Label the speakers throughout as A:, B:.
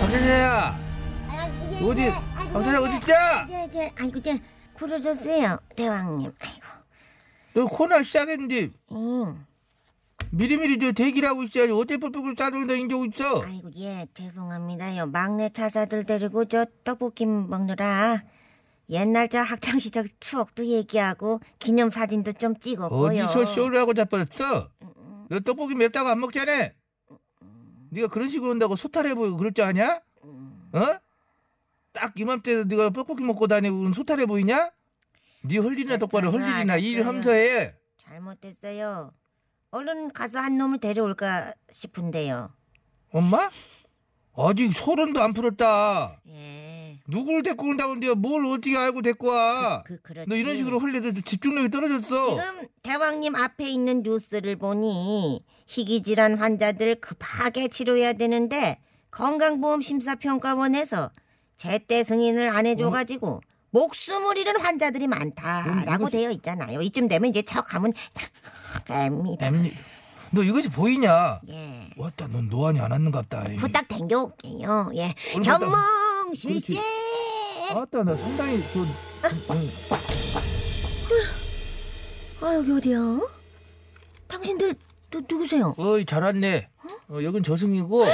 A: 박사야 어디 박사야 어디 있자
B: 네, 네, 아이고, 네, 부르셨어요, 대왕님. 아이고,
A: 너 코나 시작했는데
B: 음,
A: 미리미리 저 대기를 하고 있어야지 어째 뿔뿔뿔 싸는다 인적 있어
B: 아이고, 예, 죄송합니다요. 막내 차사들 데리고 저 떡볶이 먹느라 옛날 저 학창 시절 추억도 얘기하고 기념 사진도 좀 찍었고요.
A: 어디서 쇼를 하고 자빠졌어
B: 음,
A: 너 떡볶이 맵다고 안 먹잖아 네가 그런 식으로 한다고 소탈해 보이고 그럴 줄 아냐
B: 음.
A: 어? 딱 이맘때 네가 떡볶이 먹고 다니고 그럼 소탈해 보이냐? 네 헐리나 똑바로 헐리나 일 함서해
B: 잘못됐어요. 얼른 가서 한 놈을 데려올까 싶은데요.
A: 엄마? 아직 소름도 안 풀었다
B: 예,
A: 누굴 데리고 온다는데요 뭘 어떻게 알고 데리고 와
B: 그 그렇지.
A: 아, 너 이런 식으로 흘려도 집중력이 떨어졌어.
B: 지금 대왕님 앞에 있는 뉴스를 보니 희귀질환 환자들 급하게 치료해야 되는데 건강보험심사평가원에서 제때 승인을 안 해줘가지고 목숨을 잃은 환자들이 많다라고
A: 이것이-
B: 되어 있잖아요. 이쯤 되면 이제 척 하면 앱니다.
A: 엠니, 너 이것이 보이냐?
B: 예.
A: 왔다, 넌 노안이 안 왔는갑다. 아이.
B: 부탁 댕겨올게요. 예.
A: 얼른 갔다 와.
B: 현몽 실세.
A: 네. 그렇지. 왔다, 나 상당히 좀.
B: 어? 아 여기 어디야? 당신들 누, 누구세요?
A: 어이, 잘 왔네. 어, 여긴 저승이고,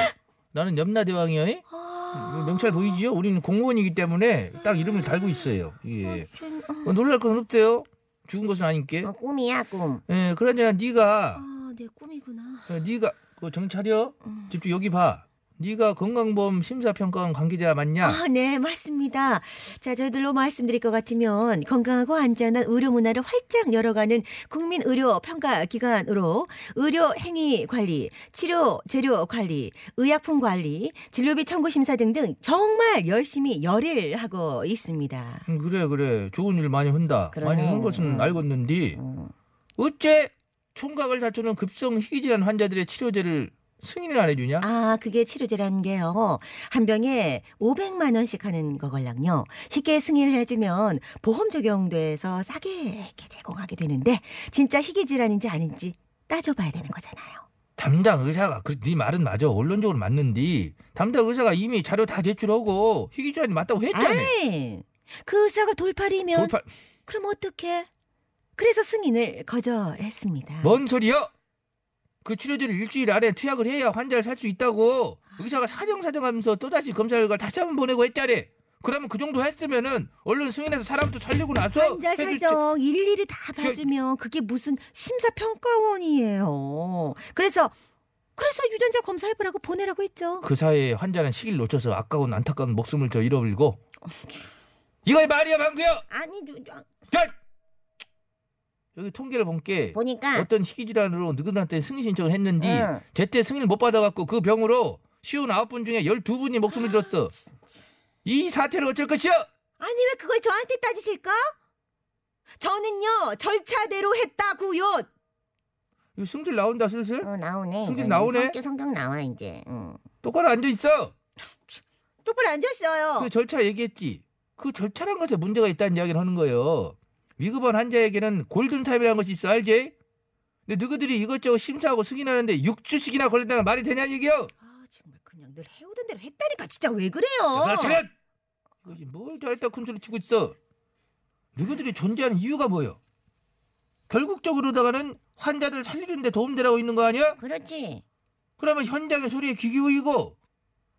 A: 나는 염라대왕이요. 이?
B: 아,
A: 이거 명찰 보이지요? 우리는 공무원이기 때문에 딱 이름을 달고 있어요. 예.
B: 좀,
A: 어, 놀랄 건 없대요. 죽은 것은 아니께.
B: 아, 어, 꿈이야 꿈.
A: 예, 그러냐, 네가
B: 아 내 꿈이구나.
A: 어, 네가 그 정찰이요?
B: 어.
A: 집중 여기 봐. 네가 건강보험 심사평가원 관계자 맞냐?
C: 아, 네, 맞습니다. 자, 저희들로 말씀드릴 것 같으면 건강하고 안전한 의료 문화를 활짝 열어가는 국민 의료 평가 기관으로 의료 행위 관리, 치료 재료 관리, 의약품 관리, 진료비 청구 심사 등등 정말 열심히 열일 하고 있습니다.
A: 음, 그래 그래 좋은 일 많이 한다
B: 그러네.
A: 많이 한
C: 음.
A: 것은 알겠는데
C: 어.
A: 어째 총각을 다투는 급성 희귀질환 환자들의 치료제를 승인을 안 해주냐
C: 아, 그게 치료제라는 게요. 한 병에 500만 원씩 하는 거걸랑요. 쉽게 승인을 해주면 보험 적용돼서 싸게 이렇게 제공하게 되는데 진짜 희귀 질환인지 아닌지 따져봐야 되는 거잖아요.
A: 담당 의사가 그네 말은 맞아 언론적으로 맞는데 담당 의사가 이미 자료 다 제출하고 희귀질환이 맞다고 했잖아
C: 아이, 그 의사가 돌팔이면
A: 돌팔
C: 그럼 어떻게? 그래서 승인을 거절했습니다.
A: 뭔 소리여 그 치료제를 일주일 안에 투약을 해야 환자를 살 수 있다고 의사가 사정사정하면서 또다시 검사 결과 다시 한번 보내고 했잖아 그러면 그 정도 했으면은 얼른 승인해서 사람도 살리고 나서
C: 환자
A: 해줄
C: 사정 일일이 다
A: 저-
C: 봐주면 그게 무슨 심사평가원이에요. 그래서 그래서 유전자 검사해보라고 보내라고 했죠.
A: 그 사이에 환자는 시기를 놓쳐서 아까운 안타까운 목숨을 저 잃어버리고 이거 말이야 방구야
B: 아니 누- 아,
A: 자! 여기 통계를 본 게
B: 보니까
A: 어떤 희귀질환으로 누구한테 승인 신청을 했는데
B: 응.
A: 제때 승인을 못 받아갖고 그 병으로 쉬운 아홉 분 중에 열두 분이 목숨을 잃었어 이 사태를 어쩔 것이여
C: 아니 왜 그걸 저한테 따지실까? 저는요 절차대로 했다고요.
A: 이거 승질 나온다 슬슬
B: 어, 나오네.
A: 성격
B: 이거.
A: 나오네.
B: 성격, 성격 나와 이제. 응.
A: 똑바로 앉아있어
C: 똑바로 앉았어요.
A: 그 절차 얘기했지. 그 절차란 것에 문제가 있다는 이야기를 하는 거예요. 위급한 환자에게는 골든타임이라는 것이 있어 알지? 근데 너희들이 이것저것 심사하고 승인하는데 6주씩이나 걸린다는 말이 되냐 이게요?
C: 아 정말 그냥 늘 해오던 대로 했다니까 진짜 왜 그래요?
A: 차렷! 이것이 뭘 잘했다 큰 소리 치고 있어. 너희들이 존재하는 이유가 뭐예요? 결국적으로다가는 환자들 살리는데 도움되라고 있는 거 아니야?
B: 그렇지.
A: 그러면 현장의 소리에 귀 기울이고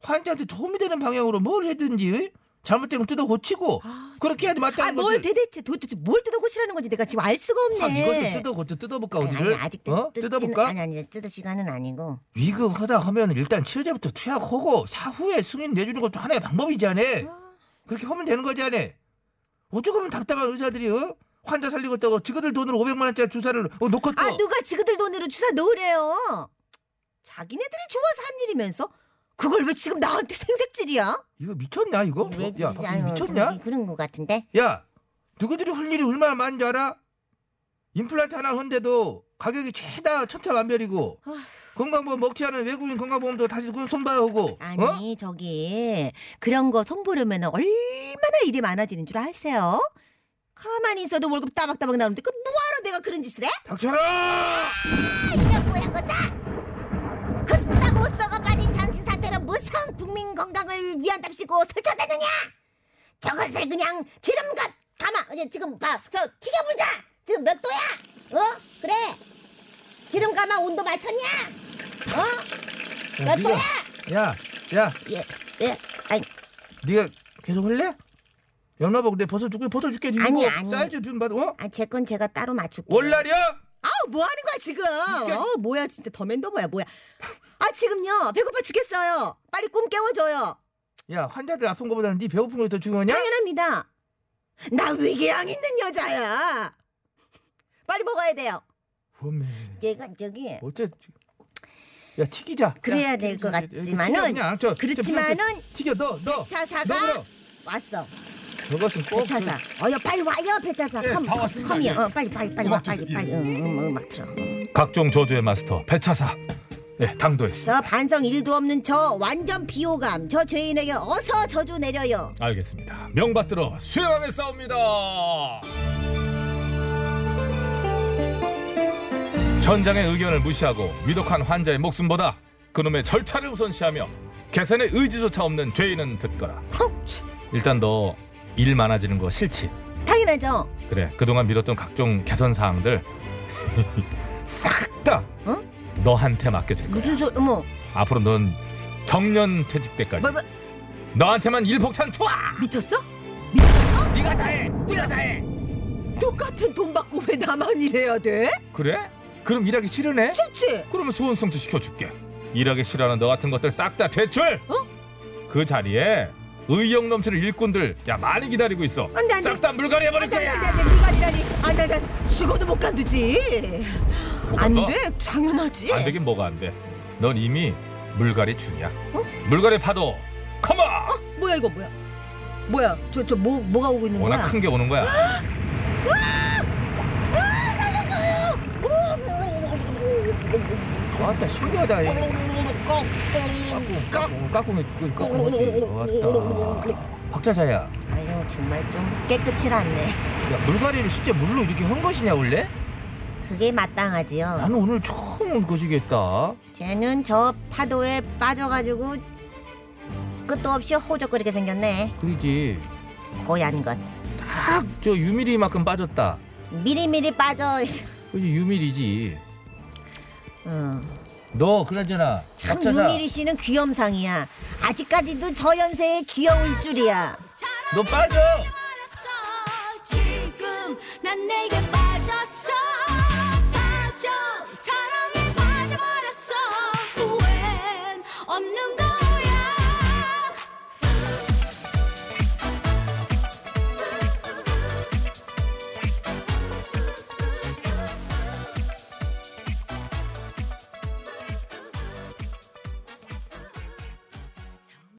A: 환자한테 도움이 되는 방향으로 뭘 해든지 잘못되면 뜯어 고치고
C: 아,
A: 그렇게 해야지
C: 아,
A: 맞다는
C: 뭘
A: 것을
C: 대대체 도대체 뭘 뜯어고치라는 건지 내가 지금 알 수가 없네.
A: 아, 이것을 뜯어고쳐 뜯어볼까
B: 아니,
A: 어디를
B: 아니 아직
A: 어?
B: 뜯-
A: 뜯어볼까
B: 아니 아니 뜯을 시간은 아니고.
A: 위급하다 하면 일단 치료제부터 투약하고 사후에 승인 내주는 것도 네.
C: 아.
A: 하나의 방법이지 않아 그렇게 하면 되는 거지 않아 어쩌면 답답한 의사들이 어? 환자 살리고 있다고 지그들 돈으로 500만 원짜리 주사를 어, 놓고 또
C: 아 누가 지그들 돈으로 주사 놓으래요? 자기네들이 좋아서 한 일이면서 그걸 왜 지금 나한테 생색질이야?
A: 이거 미쳤냐 이거?
B: 왜
A: 어? 야
B: 그러지?
A: 박진희
B: 아유,
A: 미쳤냐?
B: 저기 그런 것 같은데.
A: 야, 누구들이 할 일이 얼마나 많은지 알아? 임플란트 하나 헌데도 가격이 최다 천차만별이고
C: 아휴.
A: 건강보험 먹지 않은 외국인 건강보험도 다시 그 손봐야 하고 어?
C: 아니 저기 그런 거 손보려면 얼마나 일이 많아지는 줄 아세요? 가만히 있어도 월급 따박따박 나오는데 그 뭐하러 내가 그런 짓을 해?
A: 닥쳐라!
D: 이런 모양거사 그따고 썩어 빠진 장신 사태로 무슨 국민 건강을 위한답시고 설쳐대느냐 저것을 그냥 기름과 가마 이제 지금 봐저 튀겨불자 지금 몇 도야 어 그래 기름 가마 온도 맞췄냐 어
A: 야,
D: 몇
A: 네가,
D: 도야
A: 야, 야,
D: 예예 아니
A: 네가 계속 할래? 얼마 보고 내 벗어 줄게, 벗어 줄게.
B: 아니,
A: 뭐
B: 아니.
A: 사이즈 좀 받아. 어?
B: 아, 제 건 제가 따로 맞출게요.
A: 월날이야?
C: 아우 뭐 하는 거야 지금?
A: 진짜.
C: 어 뭐야 진짜 더맨더 뭐야 뭐야? 아 지금요 배고파 죽겠어요. 빨리 꿈 깨워줘요.
A: 야, 환자들 아픈 거보다는 네 배고픈 게 더 중요하냐?
C: 당연합니다. 나 위궤양 있는 여자야. 빨리 먹어야 돼요.
A: 어메,
B: 제가 저기
A: 어째? 야, 튀기자.
B: 그래야
A: 야,
B: 될것
A: 튀기자. 튀겨,
B: 같지만은
A: 그냥 저, 저
C: 그렇지만은
A: 프랑스 튀겨 너, 너.
C: 차사가
A: 너 그럼.
C: 왔어.
A: 저것은 꼭 그-
B: 배차사. 어여 빨리 와요 배차사.
E: 예,
B: 컴,
E: 다 왔습니다,
B: 컴이요.
E: 예.
B: 어, 빨리 빨리 빨리 와
E: 음악
B: 빨리
E: 주세요.
B: 빨리. 응, 응, 응, 음악 틀어.
F: 각종 저주의 마스터 배차사 예, 당도했습니다.
C: 저 반성 일도 없는 저 완전 비호감 저 죄인에게 어서 저주 내려요.
F: 알겠습니다. 명받들어 수행하게 싸웁니다. 현장의 의견을 무시하고 위독한 환자의 목숨보다 그놈의 절차를 우선시하며 개선의 의지조차 없는 죄인은 듣거라. 일단 너 일 많아지는 거 싫지?
C: 어? 당연하죠.
F: 그래 그동안 미뤘던 각종 개선 사항들 싹 다
C: 응?
F: 너한테 맡겨질 거야.
C: 어? 무슨 소? 어머
F: 앞으로 넌 정년 퇴직 때까지
C: 뭐, 뭐,
F: 너한테만 일폭탄 투하.
C: 미쳤어?
F: 네가 다해. 네가 다해.
C: 똑같은 돈 받고 왜 나만 일해야 돼?
F: 그래? 그럼 일하기 싫으네?
C: 그치?
F: 그러면 소원성취 시켜줄게. 일하기 싫어하는 너 같은 것들 싹 다 퇴출.
C: 어?
F: 그 자리에 의욕 넘치는 일꾼들 야 많이 기다리고 있어.
C: 안 돼, 안 돼.
F: 싹 다 물갈이 해버릴
C: 안돼
F: 거야.
C: 안돼 안돼 불가리라니
B: 아,
C: 안돼 난 죽어도 못 간두지.
F: 뭐가 더?
C: 안돼 당연하지.
F: 안 되긴 뭐가 안 돼. 넌 이미 물갈이 중이야. 물갈이 파도 컴온.
C: 뭐야 이거 뭐야? 뭐야 저 저 뭐 뭐가 오고 있는
F: 워낙
C: 거야?
F: 큰 게 오는 거야.
A: 아따 신기하다 얘. 까꿍 까꿍 까꿍이 그 까꿍 거지. 왔다. 박자자야, 야
B: 아유 정말 좀 깨끗이 났네.
A: 물갈이를 실제 물로 이렇게 한 것이냐 원래?
B: 그게 마땅하지요.
A: 나는 오늘 처음 온 것이겠다.
B: 쟤는 저 파도에 빠져가지고 끝도 없이 호적거리게 생겼네.
A: 그러지.
B: 고얀 것.
A: 딱 저 유미리만큼 빠졌다.
B: 미리미리 빠져.
A: 그지 유미리지.
B: 응.
A: 너 그나저나
B: 참
A: 박자자,
B: 유미리 씨는 귀염상이야. 아직까지도 저 연세에 귀여울 줄이야.
A: 너 빠져.
G: 지금 난 내게 빠져